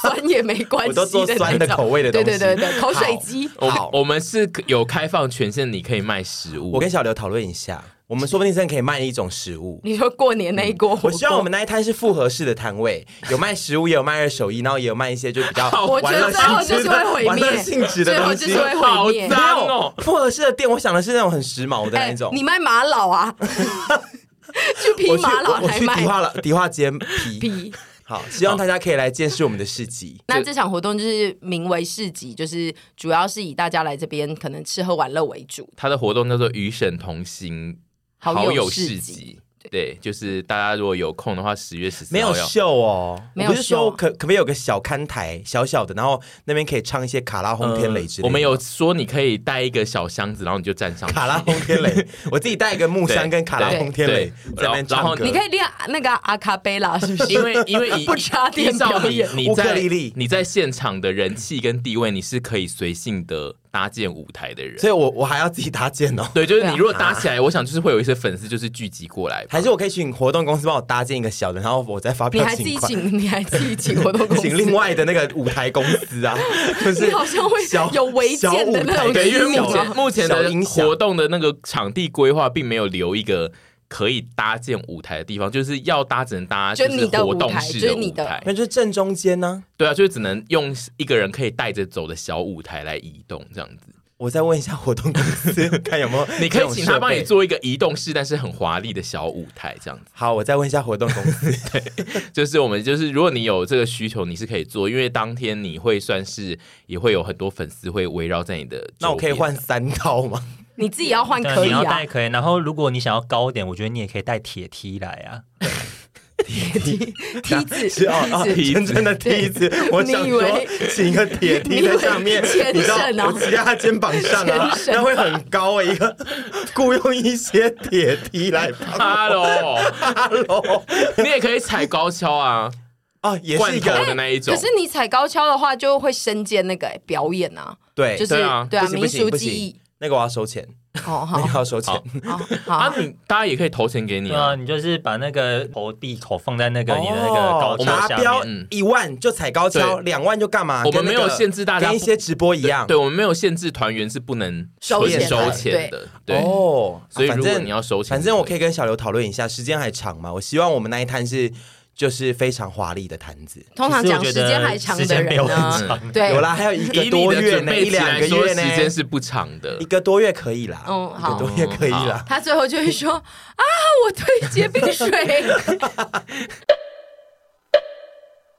Speaker 2: 酸也没关系的
Speaker 3: 我都
Speaker 2: 那种，
Speaker 3: 做酸的口味的东
Speaker 2: 对
Speaker 3: 西。
Speaker 2: 对对对，口水鸡。
Speaker 4: 当。
Speaker 3: 好
Speaker 4: 我我们是有开放权限，你可以卖食物。
Speaker 3: 我跟小刘讨论一下，我们说不定真的可以卖一种食物。
Speaker 2: 你说过年那一锅火锅，
Speaker 3: 嗯我希望我们那一摊是复合式的摊位，有卖食物，也有卖二手衣，然后也有卖一些就比较
Speaker 2: 我觉
Speaker 3: 玩乐
Speaker 2: 得最后就
Speaker 3: 性质
Speaker 2: 是会
Speaker 3: 的、
Speaker 2: 毁
Speaker 3: 玩乐
Speaker 2: 灭，
Speaker 3: 性质的
Speaker 2: 最后
Speaker 3: 东
Speaker 2: 就
Speaker 3: 西
Speaker 2: 是。会毁灭
Speaker 4: 好。脏哦
Speaker 3: 没有复合式的店，我想的是那种很时髦的
Speaker 2: 哎
Speaker 3: 那一种。
Speaker 2: 你卖玛瑙 啊？ 去
Speaker 3: 我
Speaker 2: 批
Speaker 3: 去
Speaker 2: 玛瑙
Speaker 3: 我我
Speaker 2: 来
Speaker 3: 去迪
Speaker 2: 卖
Speaker 3: 化了迪化街皮。
Speaker 2: 批。
Speaker 3: 好，希望大家可以来见识我们的市 集。
Speaker 2: 那这场活动就是名为市集，就是主要是以大家来这边可能吃喝玩乐为主。
Speaker 4: 他的活动叫做“与神同行
Speaker 2: 好友
Speaker 4: 友
Speaker 2: 市集
Speaker 4: 集”，对，就是大家如果有空的话，十月十四
Speaker 3: 没有
Speaker 4: 要
Speaker 3: 秀哦，
Speaker 2: 没有
Speaker 3: 我不是说
Speaker 2: 秀啊
Speaker 3: 可可不可以有个小看台，小小的，然后那边可以唱一些卡拉轰天雷之类的。
Speaker 4: 嗯我们有说你可以带一个小箱子，然后你就站上去
Speaker 3: 卡拉轰天 雷，我自己带一个木箱跟卡拉轰天雷在
Speaker 4: 对
Speaker 3: 那边
Speaker 4: 然后
Speaker 3: 唱歌。
Speaker 2: 你可以练那个阿卡贝拉，是不是？
Speaker 4: 因为因为 以
Speaker 2: 不插电
Speaker 4: 依照
Speaker 2: 表
Speaker 4: 你
Speaker 2: 演
Speaker 4: 你
Speaker 3: 乌克
Speaker 4: 在
Speaker 3: 丽丽
Speaker 4: 你在现场的人气跟地位，你是可以随性的搭建舞台的人。
Speaker 3: 所以我我还要自己搭建 哦。
Speaker 4: 对，
Speaker 2: 啊
Speaker 4: 就是你如果搭起来，我想就是会有一些粉丝就是聚集过来吧，
Speaker 3: 还是我可以请活动公司帮我搭建一个小的，然后我再发
Speaker 2: 你
Speaker 3: 票
Speaker 2: 还自
Speaker 3: 请
Speaker 2: 己
Speaker 3: 款，
Speaker 2: 请，你还自己请活动公司，
Speaker 3: 请另外的那个舞台公 司啊，就是
Speaker 2: 你好像会
Speaker 3: 小
Speaker 2: 有违
Speaker 3: 小
Speaker 2: 建的
Speaker 3: 舞
Speaker 2: 那
Speaker 3: 台
Speaker 2: 种
Speaker 4: 对，因为
Speaker 2: 私密
Speaker 4: 目前
Speaker 2: 吗
Speaker 4: 目前
Speaker 3: 小
Speaker 4: 的
Speaker 3: 音响
Speaker 4: 活动的那个场地规划并没有留一个可以搭建舞台的地方，就是要搭只能搭
Speaker 2: 就是你的
Speaker 4: 活
Speaker 2: 舞
Speaker 4: 动
Speaker 2: 台
Speaker 4: 式
Speaker 2: 就是
Speaker 4: 的
Speaker 2: 你
Speaker 4: 舞
Speaker 2: 的
Speaker 4: 台，
Speaker 3: 那就是正中间呢、
Speaker 4: 对啊，就是只能用一个人可以带着走的小舞台来移动这样子。
Speaker 3: 我再问一下活动公 司，看有没有
Speaker 4: 你可
Speaker 3: 这
Speaker 4: 以
Speaker 3: 种
Speaker 4: 请他帮你
Speaker 3: 设备。
Speaker 4: 做一个移动式，但是很华丽的小舞台这样子。
Speaker 3: 好，我再问一下活动公司。
Speaker 4: 就是我们就是，如果你有这个需求，你是可以做，因为当天你会算是也会有很多粉丝会围绕在你的周边。
Speaker 3: 那我可以换三套吗？
Speaker 2: 你自己要换
Speaker 5: 对
Speaker 2: 可
Speaker 5: 你
Speaker 2: 以
Speaker 5: 要
Speaker 2: 啊
Speaker 5: 带。可以，然后如果你想要高一点，我觉得你也可以带铁梯来啊。
Speaker 2: 梯子，
Speaker 3: 是哦，哦
Speaker 2: 梯子
Speaker 3: 真正的梯子，我想
Speaker 2: 你以
Speaker 3: 说
Speaker 2: 为
Speaker 3: 请一个铁梯在上面，
Speaker 2: 你以为
Speaker 3: 你知道
Speaker 2: 牵绳哦
Speaker 3: 我骑在他肩膀上啊，
Speaker 2: 牵绳
Speaker 3: 那会很高啊，一个雇佣一些铁梯来爬
Speaker 4: Hello，
Speaker 3: 楼
Speaker 4: 你也可以踩高跷啊，
Speaker 3: 哦，也是
Speaker 4: 罐
Speaker 3: 一
Speaker 4: 头
Speaker 3: 个
Speaker 4: 的那一种
Speaker 2: 可。是你踩高跷的话，就会身兼那个欸表演啊，
Speaker 3: 哎对，
Speaker 2: 就是
Speaker 4: 对啊
Speaker 2: 对啊，
Speaker 3: 不行不
Speaker 2: 民
Speaker 3: 行
Speaker 2: 俗
Speaker 3: 不
Speaker 2: 技
Speaker 3: 行
Speaker 2: 艺。，
Speaker 3: 那个我要收钱，
Speaker 2: 哦，
Speaker 3: 那
Speaker 2: 好
Speaker 3: 个我要收钱
Speaker 4: 好。
Speaker 2: 好
Speaker 4: 啊
Speaker 2: 好，，
Speaker 4: 你大家也可以投钱给你
Speaker 5: 对啊，
Speaker 4: 啊。
Speaker 5: 你就是把那个投币口放在那个你的那个高
Speaker 3: 哦
Speaker 5: 跷
Speaker 3: 达
Speaker 5: 下
Speaker 3: 标
Speaker 5: 面，
Speaker 3: 一万就踩高跷，
Speaker 4: 嗯对
Speaker 3: 两万就干嘛？
Speaker 4: 我
Speaker 3: 跟
Speaker 4: 们
Speaker 3: 那
Speaker 4: 没有
Speaker 3: 个
Speaker 4: 限制大家
Speaker 3: 跟一些直播一样。
Speaker 4: 对，我们没有限制团员是不能
Speaker 2: 收
Speaker 4: 纯
Speaker 3: 钱
Speaker 4: 收
Speaker 3: 的
Speaker 4: 钱的。对，
Speaker 3: 哦，
Speaker 4: 所以
Speaker 3: 反
Speaker 4: 如果
Speaker 3: 正
Speaker 4: 你要收钱
Speaker 3: 反正我可
Speaker 4: 就
Speaker 3: 以跟小刘讨论一下，时间还长嘛。我希望我们那一摊是就是非常华丽的摊子。
Speaker 2: 通常
Speaker 5: 其实
Speaker 2: 讲
Speaker 5: 我觉
Speaker 2: 时
Speaker 5: 得
Speaker 2: 间还长
Speaker 5: 时
Speaker 2: 的
Speaker 5: 间没有
Speaker 2: 人
Speaker 5: 很
Speaker 2: 呢，
Speaker 5: 长
Speaker 2: 对，
Speaker 3: 有啦，还有一
Speaker 4: 以
Speaker 3: 个
Speaker 4: 你
Speaker 3: 多
Speaker 4: 的
Speaker 3: 月
Speaker 4: 准
Speaker 3: 呢，
Speaker 4: 备
Speaker 3: 一
Speaker 4: 期
Speaker 3: 两
Speaker 4: 来
Speaker 3: 个
Speaker 4: 说，
Speaker 3: 月
Speaker 4: 时
Speaker 3: 呢，
Speaker 4: 间是不长的
Speaker 3: 一。个多月可以啦，
Speaker 2: 嗯
Speaker 3: 一个多月可以啦。
Speaker 2: 他最后就会说啊，我对结冰 水。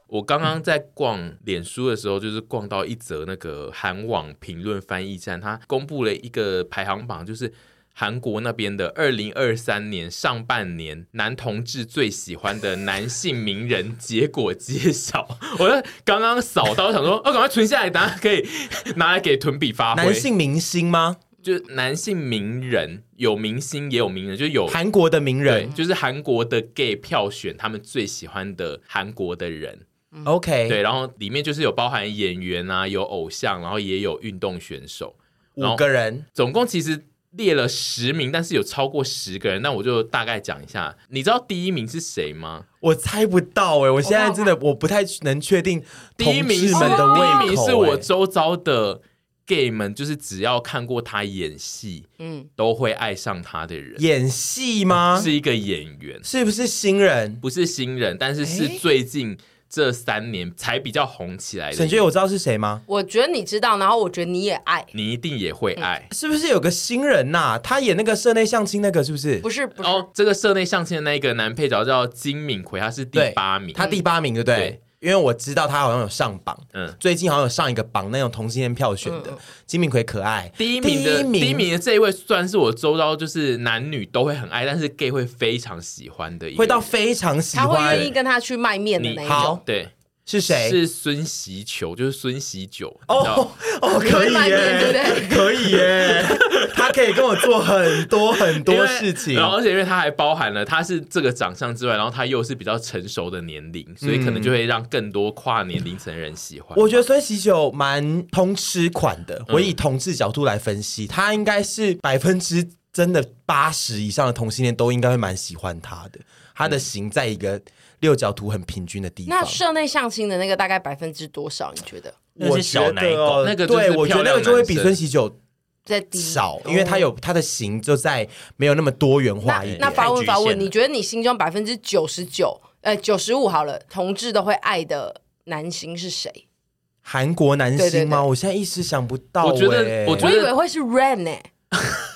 Speaker 4: 我刚刚在逛脸书的时候，就是逛到一则那个韩网评论翻译站，它公布了一个排行榜，就是。韩国那边的二零二三年上半年男同志最喜欢的男性名人结果揭晓，我在刚刚扫到，我想说，哦，赶快存下来，等下可以拿来给屯比发挥。
Speaker 3: 男性明星吗？
Speaker 4: 就是男性名人，有明星也有名人，就有
Speaker 3: 韩国的名
Speaker 4: 对，
Speaker 3: 人
Speaker 4: 就是韩国的 gay 票选他们最喜欢的韩国的人，
Speaker 3: ，OK，
Speaker 4: 对，然后里面就是有包含演员啊，有偶像，然后也有运动选手，然后
Speaker 3: 五个人，
Speaker 4: 总共其实列了十名，但是有超过十个人，那我就大概讲一下，你知道第一名是谁吗？
Speaker 3: 我猜不到哎，我现在真的我不太能确定
Speaker 4: 第一名是
Speaker 3: 同志们的胃口
Speaker 4: 第一名是我
Speaker 3: 哎
Speaker 4: 周遭的 gay 们，就是只要看过他演戏，
Speaker 2: 嗯，
Speaker 4: 都会爱上他的人，
Speaker 3: 演戏吗？
Speaker 4: 是一个演员。
Speaker 3: 是不是新人？
Speaker 4: 不是新人，但是是最近这三年才比较红起来的
Speaker 3: 沈娟，
Speaker 4: 人。
Speaker 3: 我知道是谁吗？
Speaker 2: 我觉得你知道，然后我觉得你也爱，
Speaker 4: 你一定也会爱。
Speaker 3: 是不是有个新人呐？他演那个室内相亲那个是不是
Speaker 2: 不？是不是，
Speaker 4: 哦，这个社内相亲的那个男配角叫金敏奎，他是第
Speaker 3: 对
Speaker 4: 八名。
Speaker 3: 他第八名对不对
Speaker 4: 嗯对？
Speaker 3: 因为我知道他好像有上榜，
Speaker 4: 嗯，
Speaker 3: 最近好像有上一个榜那种同性恋票选的。金敏奎可爱，
Speaker 4: 第一名的
Speaker 3: 第一名
Speaker 4: 的这一位，虽然是我周遭就是男女都会很爱，但是 gay 会非常喜欢的一个人，
Speaker 3: 会到非常喜
Speaker 2: 他会
Speaker 3: 欢
Speaker 2: 愿。意跟他去卖面的
Speaker 4: 你
Speaker 2: 那一
Speaker 3: 好
Speaker 2: 种。
Speaker 4: 对。
Speaker 3: 是谁？
Speaker 4: 是孙喜球，就是孙喜九。
Speaker 3: 哦
Speaker 4: 哦，
Speaker 3: 哦，可
Speaker 2: 你会
Speaker 3: 以
Speaker 2: 卖面对
Speaker 3: 耶，
Speaker 2: 不
Speaker 3: 可以耶， 他可以跟我做很多很 多事情
Speaker 4: 然。后而且因为他还包含了他是这个长相之外，然后他又是比较成熟的年龄，所以可能就会让更多跨年龄层的人喜欢。
Speaker 3: 我觉得孙喜九蛮通吃款的，
Speaker 4: 嗯
Speaker 3: 我以同志角度来分析，他应该是百分之真的八十以上的同性恋都应该会蛮喜欢他的，他
Speaker 4: 嗯
Speaker 3: 的形在一个六角图很平均的地
Speaker 2: 那
Speaker 3: 方。
Speaker 2: 社内相亲的那个大概百分之多少？你觉得
Speaker 5: 那
Speaker 3: 我
Speaker 5: 是
Speaker 3: 觉
Speaker 5: 小奶
Speaker 3: 得
Speaker 5: 狗
Speaker 3: 哦，
Speaker 4: 那个就是
Speaker 3: 对我觉得那
Speaker 4: 漂
Speaker 3: 个
Speaker 4: 亮
Speaker 3: 就会比
Speaker 4: 男
Speaker 3: 孙
Speaker 4: 生
Speaker 3: 喜九
Speaker 2: 在低
Speaker 3: 少，因为他有他的型就在没有那么多元化
Speaker 2: 那
Speaker 3: 一点。
Speaker 2: 那发
Speaker 5: 太
Speaker 2: 问
Speaker 5: 局
Speaker 2: 发
Speaker 5: 限
Speaker 2: 问，
Speaker 5: 了
Speaker 2: 你觉得你心中百分之九十九呃九十五好了，同志都会爱的男星是谁？
Speaker 3: 韩国男
Speaker 2: 对对
Speaker 3: 星吗？
Speaker 2: 对
Speaker 3: 我现在一时想不到。
Speaker 4: 我觉得
Speaker 3: 欸
Speaker 4: 我觉
Speaker 2: 我
Speaker 4: 得
Speaker 2: 以为会是 Rain 呢、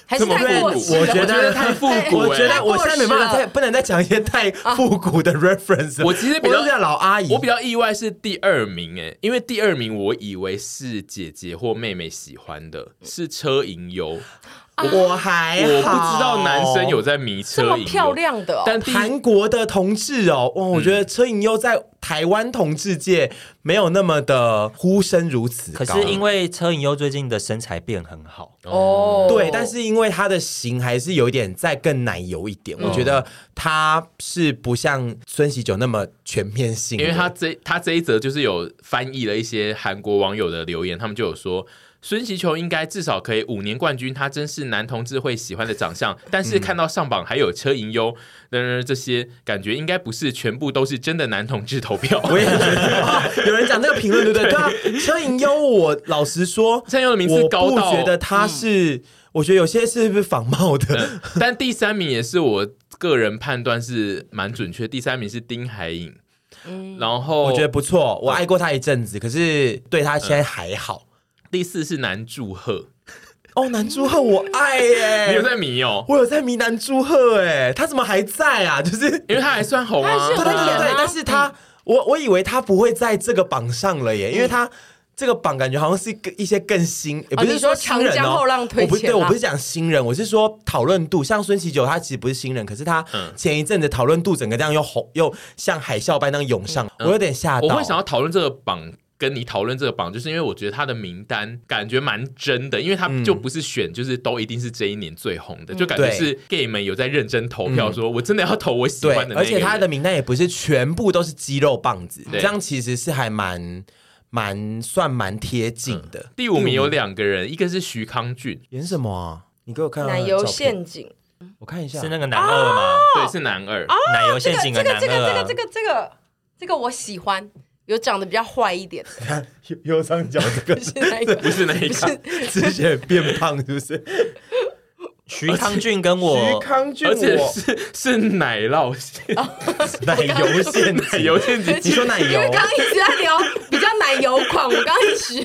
Speaker 2: 还是
Speaker 4: 这么
Speaker 2: 太过
Speaker 4: 复古
Speaker 2: 时了。
Speaker 3: 我觉得
Speaker 4: 太复古
Speaker 3: 我
Speaker 4: 欸
Speaker 3: 觉得我现在没办
Speaker 2: 太过时
Speaker 3: 法
Speaker 2: 了
Speaker 3: 再不能再讲一些太复古的 reference 了。
Speaker 4: 我其实比
Speaker 3: 我
Speaker 4: 较
Speaker 3: 都是老阿姨，
Speaker 4: 我比较意外是第二名哎，因为第二名我以为是姐姐或妹妹喜欢的，是车银优，
Speaker 3: 我还
Speaker 4: 我不知
Speaker 3: 哎好
Speaker 4: 道男生有在迷车
Speaker 2: 这
Speaker 4: 银
Speaker 2: 么
Speaker 4: 优
Speaker 2: 漂，亮的、哦，
Speaker 4: 但第一
Speaker 3: 韩国的同志哦，哇，我觉得车银优在台湾同志界没有那么的呼声如此高。
Speaker 5: 可是因为车银优最近的身材变很好，
Speaker 2: 哦，
Speaker 3: 对，但是因为他的型还是有一点再更奶油一点，
Speaker 4: 嗯
Speaker 3: 我觉得他是不像孙喜九那么全面性的，
Speaker 4: 因为他这他这一则就是有翻译了一些韩国网友的留言，他们就有说。孙喜球应该至少可以五年冠军，他真是男同志会喜欢的长相。但是看到上榜还有车银优，呃，这些感觉应该不是全部都是真的男同志投票。
Speaker 3: 我也觉得、啊有人讲这个评论对不对？对啊，车银优，我老实说，
Speaker 4: 车银优的名次
Speaker 3: 我
Speaker 4: 高
Speaker 3: 不
Speaker 4: 到嗯
Speaker 3: 觉得他是，我觉得有些是不是仿冒的？
Speaker 4: 但第三名也是我个人判断是蛮准确，第三名是丁海颖，
Speaker 2: 嗯
Speaker 4: 然后
Speaker 3: 我觉得不错，我爱过他一阵子，可是对他现在还好。
Speaker 4: 第四是南柱赫，
Speaker 3: 哦，南朱赫，我爱耶、
Speaker 4: 你有在迷哦，
Speaker 3: 哎我有在迷南朱赫哎、他怎么还在啊？就是对
Speaker 4: 因为他还算红啊
Speaker 2: 他，是
Speaker 3: 对
Speaker 2: 有在
Speaker 3: 对
Speaker 2: 演
Speaker 3: 对
Speaker 2: 啊，
Speaker 3: 但是他，我我以为他不会在这个榜上了耶，因为他。这个榜感觉好像是更一些更新，也
Speaker 2: 嗯
Speaker 3: 不
Speaker 2: 哦
Speaker 3: 是
Speaker 2: 你说
Speaker 3: 新人
Speaker 2: 长江
Speaker 3: 哦
Speaker 2: 后浪推
Speaker 3: 我不
Speaker 2: 前
Speaker 3: 对，我
Speaker 2: 浪
Speaker 3: 不是讲新人，我是说讨论度。像孙喜九，他其实不是新人，可是他
Speaker 4: 嗯
Speaker 3: 前一阵子讨论度整个这样又红，又像海啸般那样涌上，嗯我有点吓到。
Speaker 4: 我会想要讨论这个榜。跟你讨论这个榜，就是因为我觉得他的名单感觉蛮真的，因为他就不是选，就是都一定是这一年最红
Speaker 2: 嗯
Speaker 4: 的，就感觉
Speaker 3: 嗯对嗯
Speaker 4: 是 gay 们有在认真投票，说我真的要投我喜
Speaker 3: 对
Speaker 4: 欢的，那
Speaker 3: 而
Speaker 4: 个人。
Speaker 3: 且他的名单也不是全部都是肌肉棒子，
Speaker 4: 对
Speaker 3: 这样其实是还蛮蛮算蛮贴近的。
Speaker 4: 第五名有两个人，一个是徐康俊，
Speaker 3: 嗯演什么啊？你给我看
Speaker 2: 奶油陷阱，
Speaker 3: 我看一下
Speaker 5: 是那个男二吗？
Speaker 4: 对，是男二，
Speaker 2: 哦
Speaker 5: 奶油
Speaker 2: 这
Speaker 5: 陷
Speaker 2: 个
Speaker 5: 阱的
Speaker 2: 啊这个这
Speaker 5: 男
Speaker 2: 个
Speaker 5: 二
Speaker 2: 这
Speaker 5: 啊
Speaker 2: 个这。个这个这个我喜欢，有长得比较坏一点，的，
Speaker 3: 右右上角这 个
Speaker 2: 是 那一个
Speaker 4: 不是那 一个，
Speaker 3: 之前变胖是不 是？
Speaker 5: 徐康俊跟我
Speaker 3: 康俊
Speaker 4: 而且是是奶酪蟹，
Speaker 3: 哦奶油陷
Speaker 4: 奶
Speaker 3: 阱，
Speaker 4: 油陷阱。
Speaker 3: 你说奶
Speaker 2: 因为
Speaker 3: 油
Speaker 2: 刚，刚一直在聊比较奶油款，我刚刚一 直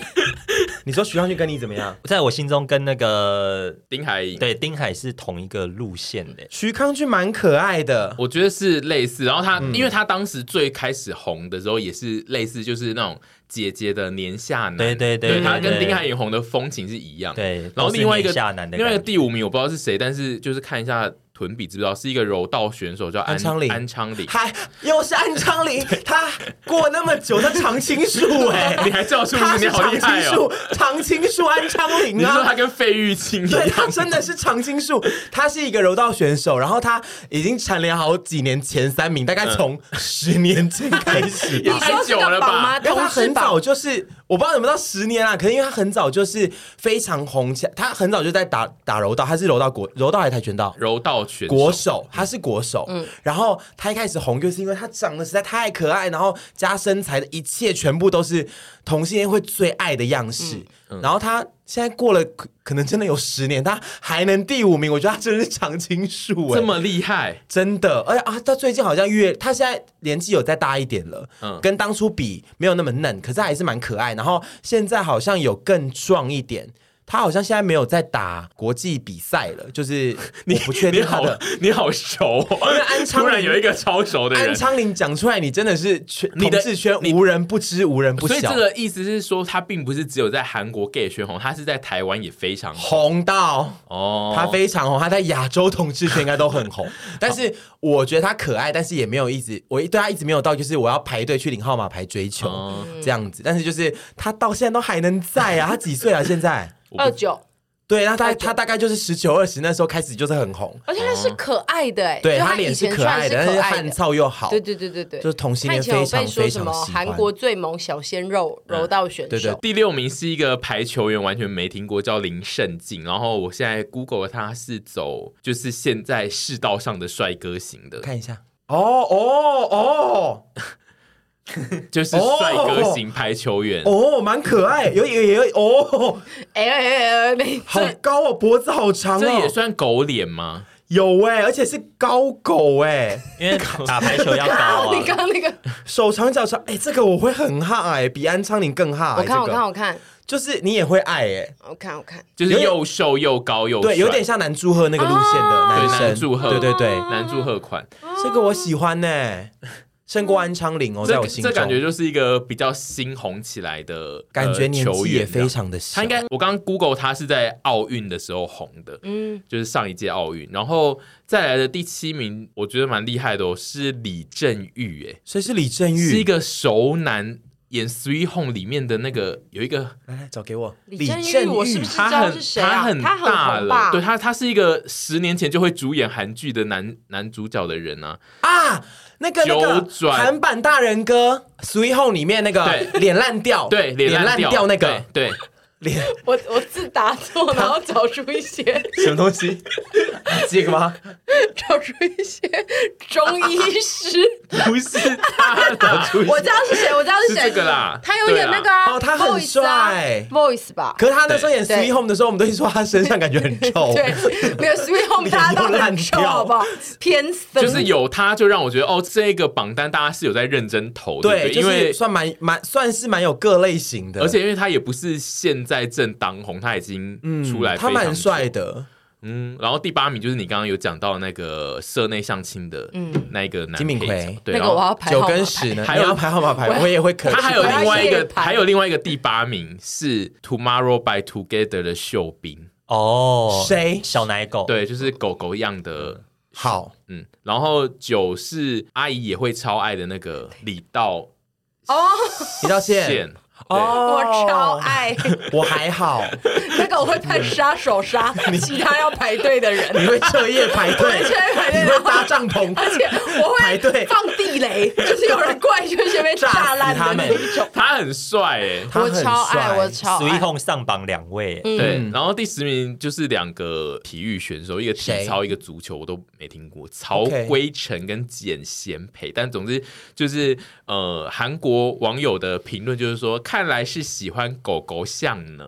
Speaker 3: 你说徐康俊跟你怎么样？
Speaker 5: 在我心中跟那个
Speaker 4: 丁海寅，
Speaker 5: 对丁海是同一个路线的。
Speaker 3: 徐康俊蛮可爱的，
Speaker 4: 我觉得是类似。然后他，
Speaker 5: 嗯
Speaker 4: 因为他当时最开始红的时候，也是类似，就是那种姐姐的年下男，
Speaker 5: 对对对
Speaker 4: 对，
Speaker 5: 对
Speaker 4: 他跟
Speaker 5: 对
Speaker 4: 丁海寅红的风情是一样。
Speaker 5: 对，
Speaker 4: 然后
Speaker 5: 都是
Speaker 4: 另外一个
Speaker 5: 年下男的
Speaker 4: 另外一个
Speaker 5: 感觉
Speaker 4: 第五名我不知道是谁，但是就是看一下臀比知不知道，是一个柔道选手叫安
Speaker 3: 安昌林
Speaker 4: 安昌林。
Speaker 3: 还又是安昌 林，他过那么久，他常青树哎、
Speaker 4: 你还叫出
Speaker 3: 他
Speaker 4: 你
Speaker 3: 是
Speaker 4: 好
Speaker 3: 常
Speaker 4: 厉
Speaker 3: 青
Speaker 4: 害哦！
Speaker 3: 树，常青树安昌
Speaker 4: 你
Speaker 3: 林
Speaker 4: 是说他
Speaker 3: 啊。
Speaker 4: 跟费玉清一样
Speaker 3: 对？他真的是常青树，他是一个柔道选手，然后他已经蝉联好几年前三名，大概从十年前开始吧
Speaker 2: 你。说是个榜吗？
Speaker 3: 因为
Speaker 2: 同
Speaker 3: 他
Speaker 2: 事
Speaker 3: 很
Speaker 2: 榜
Speaker 3: 早就是，我不知道有没有到十年啊，可能因为他很早就是非常红起来，他很早就在打打柔道，他是柔道国柔道还是跆拳道？
Speaker 4: 柔道选手嗯
Speaker 3: 国手，他是国手。然后他一开始红，就是因为他长得实在太可爱，然后加身材的一切全部都是同性恋会最爱的样式。然后他现在过了可可能真的有十年，他还能第五名，我觉得他真的是常青树哎、
Speaker 4: 这么厉害，
Speaker 3: 真的，而且啊，他最近好像越他现在年纪有再大一点了，
Speaker 4: 嗯
Speaker 3: 跟当初比没有那么嫩，可是还是蛮可爱。然后现在好像有更壮一点，他好像现在没有在打国际比赛了， 就是我不确
Speaker 4: 你
Speaker 3: 定他
Speaker 4: 好
Speaker 3: 的。，
Speaker 4: 你好熟、哦，
Speaker 3: 安昌
Speaker 4: 突然
Speaker 3: 林
Speaker 4: 有一个超熟的
Speaker 3: 安
Speaker 4: 人。
Speaker 3: 昌林讲出来，你真的是圈
Speaker 4: 你
Speaker 3: 同
Speaker 4: 的
Speaker 3: 志圈无人不知，无人不
Speaker 4: 所以
Speaker 3: 晓
Speaker 4: 这，个意思是说，他并不是只有在韩国 gay 圈红，他是在台湾也非常红
Speaker 3: 红到。
Speaker 4: 哦。
Speaker 3: 他非常红，他在亚洲同志圈应该都很 红。但是我觉得他可爱，但是也没有一直我对他一直没有到，就是我要排队去领号码牌追求、
Speaker 4: 哦
Speaker 3: 这样子。但是就是他到现在都还能在啊，他几岁啊？现 在？
Speaker 4: 我
Speaker 2: 二
Speaker 4: 不
Speaker 2: 九，
Speaker 3: 对，那他他大概就是十九二十那时候开始就是很红，
Speaker 2: 而且他是可爱的哎、
Speaker 3: 对
Speaker 2: 就
Speaker 3: 他
Speaker 2: 他
Speaker 3: 脸
Speaker 2: 以
Speaker 3: 是
Speaker 2: 前
Speaker 3: 可爱的，
Speaker 2: 算
Speaker 3: 但
Speaker 2: 是
Speaker 3: 是
Speaker 2: 可爱
Speaker 3: 汗
Speaker 2: 的。
Speaker 3: 燥又好，
Speaker 2: 对对对对对，
Speaker 3: 就是同性
Speaker 2: 他以
Speaker 3: 恋
Speaker 2: 前有
Speaker 3: 非常
Speaker 2: 被说
Speaker 3: 非
Speaker 2: 什
Speaker 3: 常
Speaker 2: 么
Speaker 3: 喜欢
Speaker 2: 韩国最萌小鲜肉柔道选手，
Speaker 3: 对对
Speaker 4: 第六名是一个排球员，完全没听过，叫林胜进。然后我现在 Google 了他是走就是现在世道上的帅哥型的，
Speaker 3: 看一下。哦哦
Speaker 4: 就是帅哥型排球员。
Speaker 3: 哦哦，蛮可爱， 有有有有哦，
Speaker 2: 哎哎哎哎，没
Speaker 3: 好高哦，脖子好长
Speaker 4: 这也
Speaker 3: 哦，
Speaker 4: 算狗脸吗？
Speaker 3: 有哎，而且是高狗哎，
Speaker 5: 因为打排球要高
Speaker 2: 你
Speaker 5: 啊。
Speaker 2: 刚刚那个，
Speaker 3: 手长脚长，哎，这个我会很哈哎，比安昌林更哈。
Speaker 2: 我
Speaker 3: 哎
Speaker 2: 看
Speaker 3: 这
Speaker 2: 我
Speaker 3: 个
Speaker 2: 看我看
Speaker 3: 就是你也会爱哎，
Speaker 2: 我看我看，
Speaker 4: 就是
Speaker 3: 有点
Speaker 4: 又瘦又高又帅
Speaker 3: 对，有点像南祝贺那个路线的
Speaker 2: 哦
Speaker 4: 对
Speaker 3: 男
Speaker 4: 男
Speaker 3: 生，
Speaker 4: 祝贺，
Speaker 3: 对对对，
Speaker 4: 男祝贺款。
Speaker 3: 这个我喜欢呢，胜过安昌林哦，在
Speaker 4: 这
Speaker 3: 哦我心
Speaker 4: 这
Speaker 3: 中
Speaker 4: 感觉就是呃一个比较新红起来的
Speaker 3: 感觉
Speaker 4: 呃
Speaker 3: 年
Speaker 4: 球
Speaker 3: 纪
Speaker 4: 员
Speaker 3: 也
Speaker 4: 这样
Speaker 3: 非。常的小，
Speaker 4: 他应该，我刚刚 Google 他是在奥运的时候红的，
Speaker 2: 嗯，
Speaker 4: 就是上一届奥运。然后再来的第七名，我觉得蛮厉害的哦，是李振玉，哎，
Speaker 3: 所以是李正玉，
Speaker 4: 是一个熟男，演《Three Home》里面的那个有一个，
Speaker 3: 来来找给我
Speaker 2: 李正
Speaker 3: 正
Speaker 2: 玉，我是不是知
Speaker 4: 他
Speaker 2: 道
Speaker 4: 很
Speaker 2: 是谁啊？
Speaker 4: 很
Speaker 2: 他
Speaker 4: 大
Speaker 2: 红吧？
Speaker 4: 了，对他他是一个十年前就会主演韩剧的男男主角的人啊，
Speaker 3: 啊？那个那
Speaker 4: 九
Speaker 3: 个
Speaker 4: 转
Speaker 3: 韩版大人哥《Sweet Home》里面那个
Speaker 4: 对
Speaker 3: 脸烂掉，
Speaker 4: 对，
Speaker 3: 脸
Speaker 4: 烂
Speaker 3: 掉那个
Speaker 4: 对，对
Speaker 3: 脸
Speaker 2: 我我自打 错，然后找出一些
Speaker 3: 什么东 西？这个吗？
Speaker 2: 找出一些中医师，
Speaker 4: 不是他 啦
Speaker 2: 我知道是谁，我知道是谁，
Speaker 4: 是这个啦
Speaker 2: 他有演那个
Speaker 3: 对
Speaker 2: 啊，
Speaker 3: 啦哦他很
Speaker 2: Voice 啊
Speaker 3: 帅
Speaker 2: ，Voice 吧？
Speaker 3: 可是他那时候演《
Speaker 2: 对
Speaker 3: Sweet Home》的时候，我们都一直说他身上感觉很臭。
Speaker 2: 对， 没有 Sweet Home
Speaker 3: 脸
Speaker 2: 大家
Speaker 3: 又
Speaker 2: 都
Speaker 3: 烂
Speaker 2: 很臭，
Speaker 3: 掉
Speaker 2: 好不好？偏森，
Speaker 4: 就是有他，就让我觉得哦，这个榜单大家是有在认真投，对
Speaker 3: 对，
Speaker 4: 不对，
Speaker 3: 就
Speaker 4: 因
Speaker 3: 是
Speaker 4: 为
Speaker 3: 算蛮蛮算是蛮有各类型的，
Speaker 4: 而且因为他也不是现在正当红，他已经出来、
Speaker 3: 嗯他蛮帅，的，
Speaker 4: 嗯。然后第八名就是你刚刚有讲到那个社内相亲的，嗯，那个男
Speaker 3: 金敏
Speaker 4: 配
Speaker 3: 奎
Speaker 4: 角对，
Speaker 2: 那
Speaker 4: 然
Speaker 2: 个
Speaker 4: 后
Speaker 2: 我要排
Speaker 3: 九
Speaker 2: 号码
Speaker 3: 跟
Speaker 2: 牌
Speaker 3: 十呢？
Speaker 4: 还
Speaker 3: 还
Speaker 4: 有
Speaker 3: 要排号码牌，我也会可惜。
Speaker 4: 他还有另外一个，
Speaker 2: 排
Speaker 4: 还有另外一个第八名是 Tomorrow by Together 的秀彬，
Speaker 5: 哦，
Speaker 3: 谁
Speaker 5: 小奶狗？，
Speaker 3: 哦
Speaker 4: 对，就是狗狗一样的，
Speaker 3: 好
Speaker 4: 嗯。然后九是阿姨也会超爱的那个李道
Speaker 2: 哦，
Speaker 3: 李道宪
Speaker 4: 宪，
Speaker 3: 哦，
Speaker 2: 我超， 爱
Speaker 3: 我还好，
Speaker 2: 那个，我会判杀手杀其他要排队的人，
Speaker 3: 你会彻夜排队，
Speaker 2: 彻夜排队
Speaker 3: 你会搭 帐篷，
Speaker 2: 而且我
Speaker 3: 排队
Speaker 2: 会放地雷，就是有人过来就先被炸
Speaker 3: 炸死
Speaker 2: 烂
Speaker 3: 他
Speaker 2: 的
Speaker 3: 们
Speaker 2: 那一种。
Speaker 4: 他很帅哎、
Speaker 3: 他
Speaker 2: 我
Speaker 3: 很
Speaker 2: 超爱，
Speaker 3: 帅
Speaker 2: 我超爱
Speaker 5: Sweet。Home 上榜两位，
Speaker 2: 嗯
Speaker 4: 对，然后第十名就是两个体育选手，一个体操，一个足球，我都没听过。曹
Speaker 3: OK
Speaker 4: 圭成跟简贤培，但总之就是呃，韩国网友的评论就是说，看来是喜欢狗狗像呢。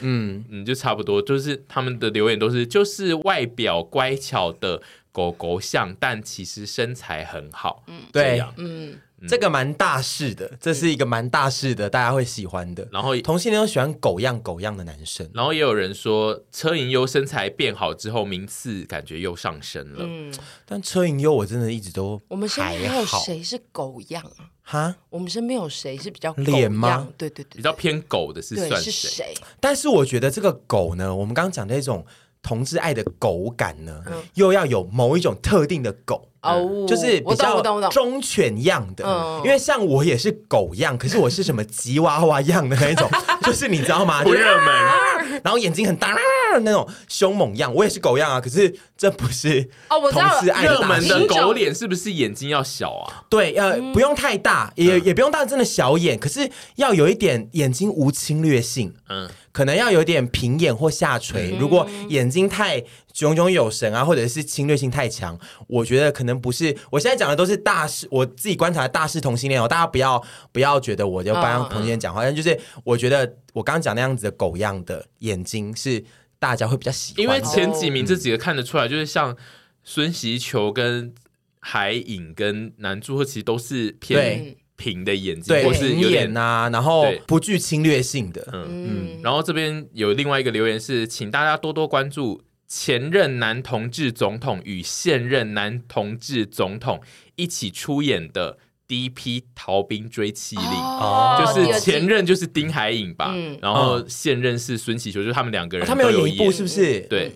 Speaker 3: 嗯，
Speaker 4: 嗯，就差不多，就是他们的留言都是，就是外表乖巧的狗狗像，但其实身材很好。嗯，这
Speaker 3: 对
Speaker 4: 样，
Speaker 2: 嗯，
Speaker 3: 这个蛮大事的，这是一个蛮大事的，大家会喜欢的。
Speaker 4: 然后
Speaker 3: 同性恋都喜欢狗样狗样的男生，
Speaker 4: 然后也有人说，车银优身材变好之后，名次感觉又上升了。
Speaker 2: 嗯
Speaker 3: 但车银优我真的一直都
Speaker 2: 我们身边还
Speaker 3: 还
Speaker 2: 有
Speaker 3: 好
Speaker 2: 谁是狗样啊？
Speaker 3: 哈，
Speaker 2: 我们身边有谁是比较狗
Speaker 3: 脸吗
Speaker 2: 样？对对
Speaker 4: 比
Speaker 2: 对，
Speaker 4: 较偏狗的是
Speaker 2: 对
Speaker 4: 算
Speaker 2: 是
Speaker 4: 谁？
Speaker 2: 谁？
Speaker 3: 但是我觉得这个狗呢，我们刚刚讲的那种同志爱的狗感呢，
Speaker 2: 嗯
Speaker 3: 又要有某一种特定的狗。
Speaker 2: 哦，
Speaker 3: 嗯就是比
Speaker 2: 我懂
Speaker 3: 较
Speaker 2: 我懂我懂，
Speaker 3: 忠犬样的
Speaker 2: 嗯，
Speaker 3: 因为像我也是狗样，可是我是什么吉娃娃样的那 一种，就是你知道吗？
Speaker 4: 不
Speaker 3: 就是
Speaker 4: 热门，
Speaker 3: 然后眼睛很大啊那种凶猛样，我也是狗样啊，可是这不是
Speaker 2: 哦我知道了
Speaker 3: 同事爱
Speaker 4: 热门的
Speaker 3: 大小
Speaker 4: 狗脸是不是眼睛要小啊？
Speaker 3: 对，呃，不用太大，
Speaker 4: 嗯
Speaker 3: 也也不用到真的小眼，可是要有一点眼睛无侵略性，
Speaker 4: 嗯，
Speaker 3: 可能要有点平眼或下垂。如果眼睛太炯炯有神啊，或者是侵略性太强，我觉得可能不是。我现在讲的都是大事，我自己观察的大事同性恋哦，大家不要不要觉得我就帮同性恋
Speaker 4: 啊
Speaker 3: 讲话，但就是我觉得我刚刚讲那样子的狗样的眼睛是大家会比较喜欢
Speaker 4: 因
Speaker 3: 的，
Speaker 4: 为前几名这几个看得出来，就是像孙习球跟海颖跟南柱赫，其实都是
Speaker 3: 对
Speaker 4: 偏平的眼睛，
Speaker 3: 对，
Speaker 4: 或是有
Speaker 3: 眼
Speaker 4: 点
Speaker 3: 眼啊，然后
Speaker 4: 对
Speaker 3: 不具侵略性的，
Speaker 4: 嗯，然后这边有另外一个留言是，请大家多多关注前任男同志总统与现任男同志总统一起出演的第一批逃兵追妻令。
Speaker 5: 哦
Speaker 4: 就
Speaker 2: 第二
Speaker 4: 是
Speaker 2: 季
Speaker 4: 前任就是丁海颖吧，
Speaker 2: 嗯
Speaker 4: 然后现任是孙喜球，就是他们两个人
Speaker 3: 哦他们
Speaker 4: 都
Speaker 3: 有演一部
Speaker 4: 演
Speaker 3: 是不是？
Speaker 4: 对，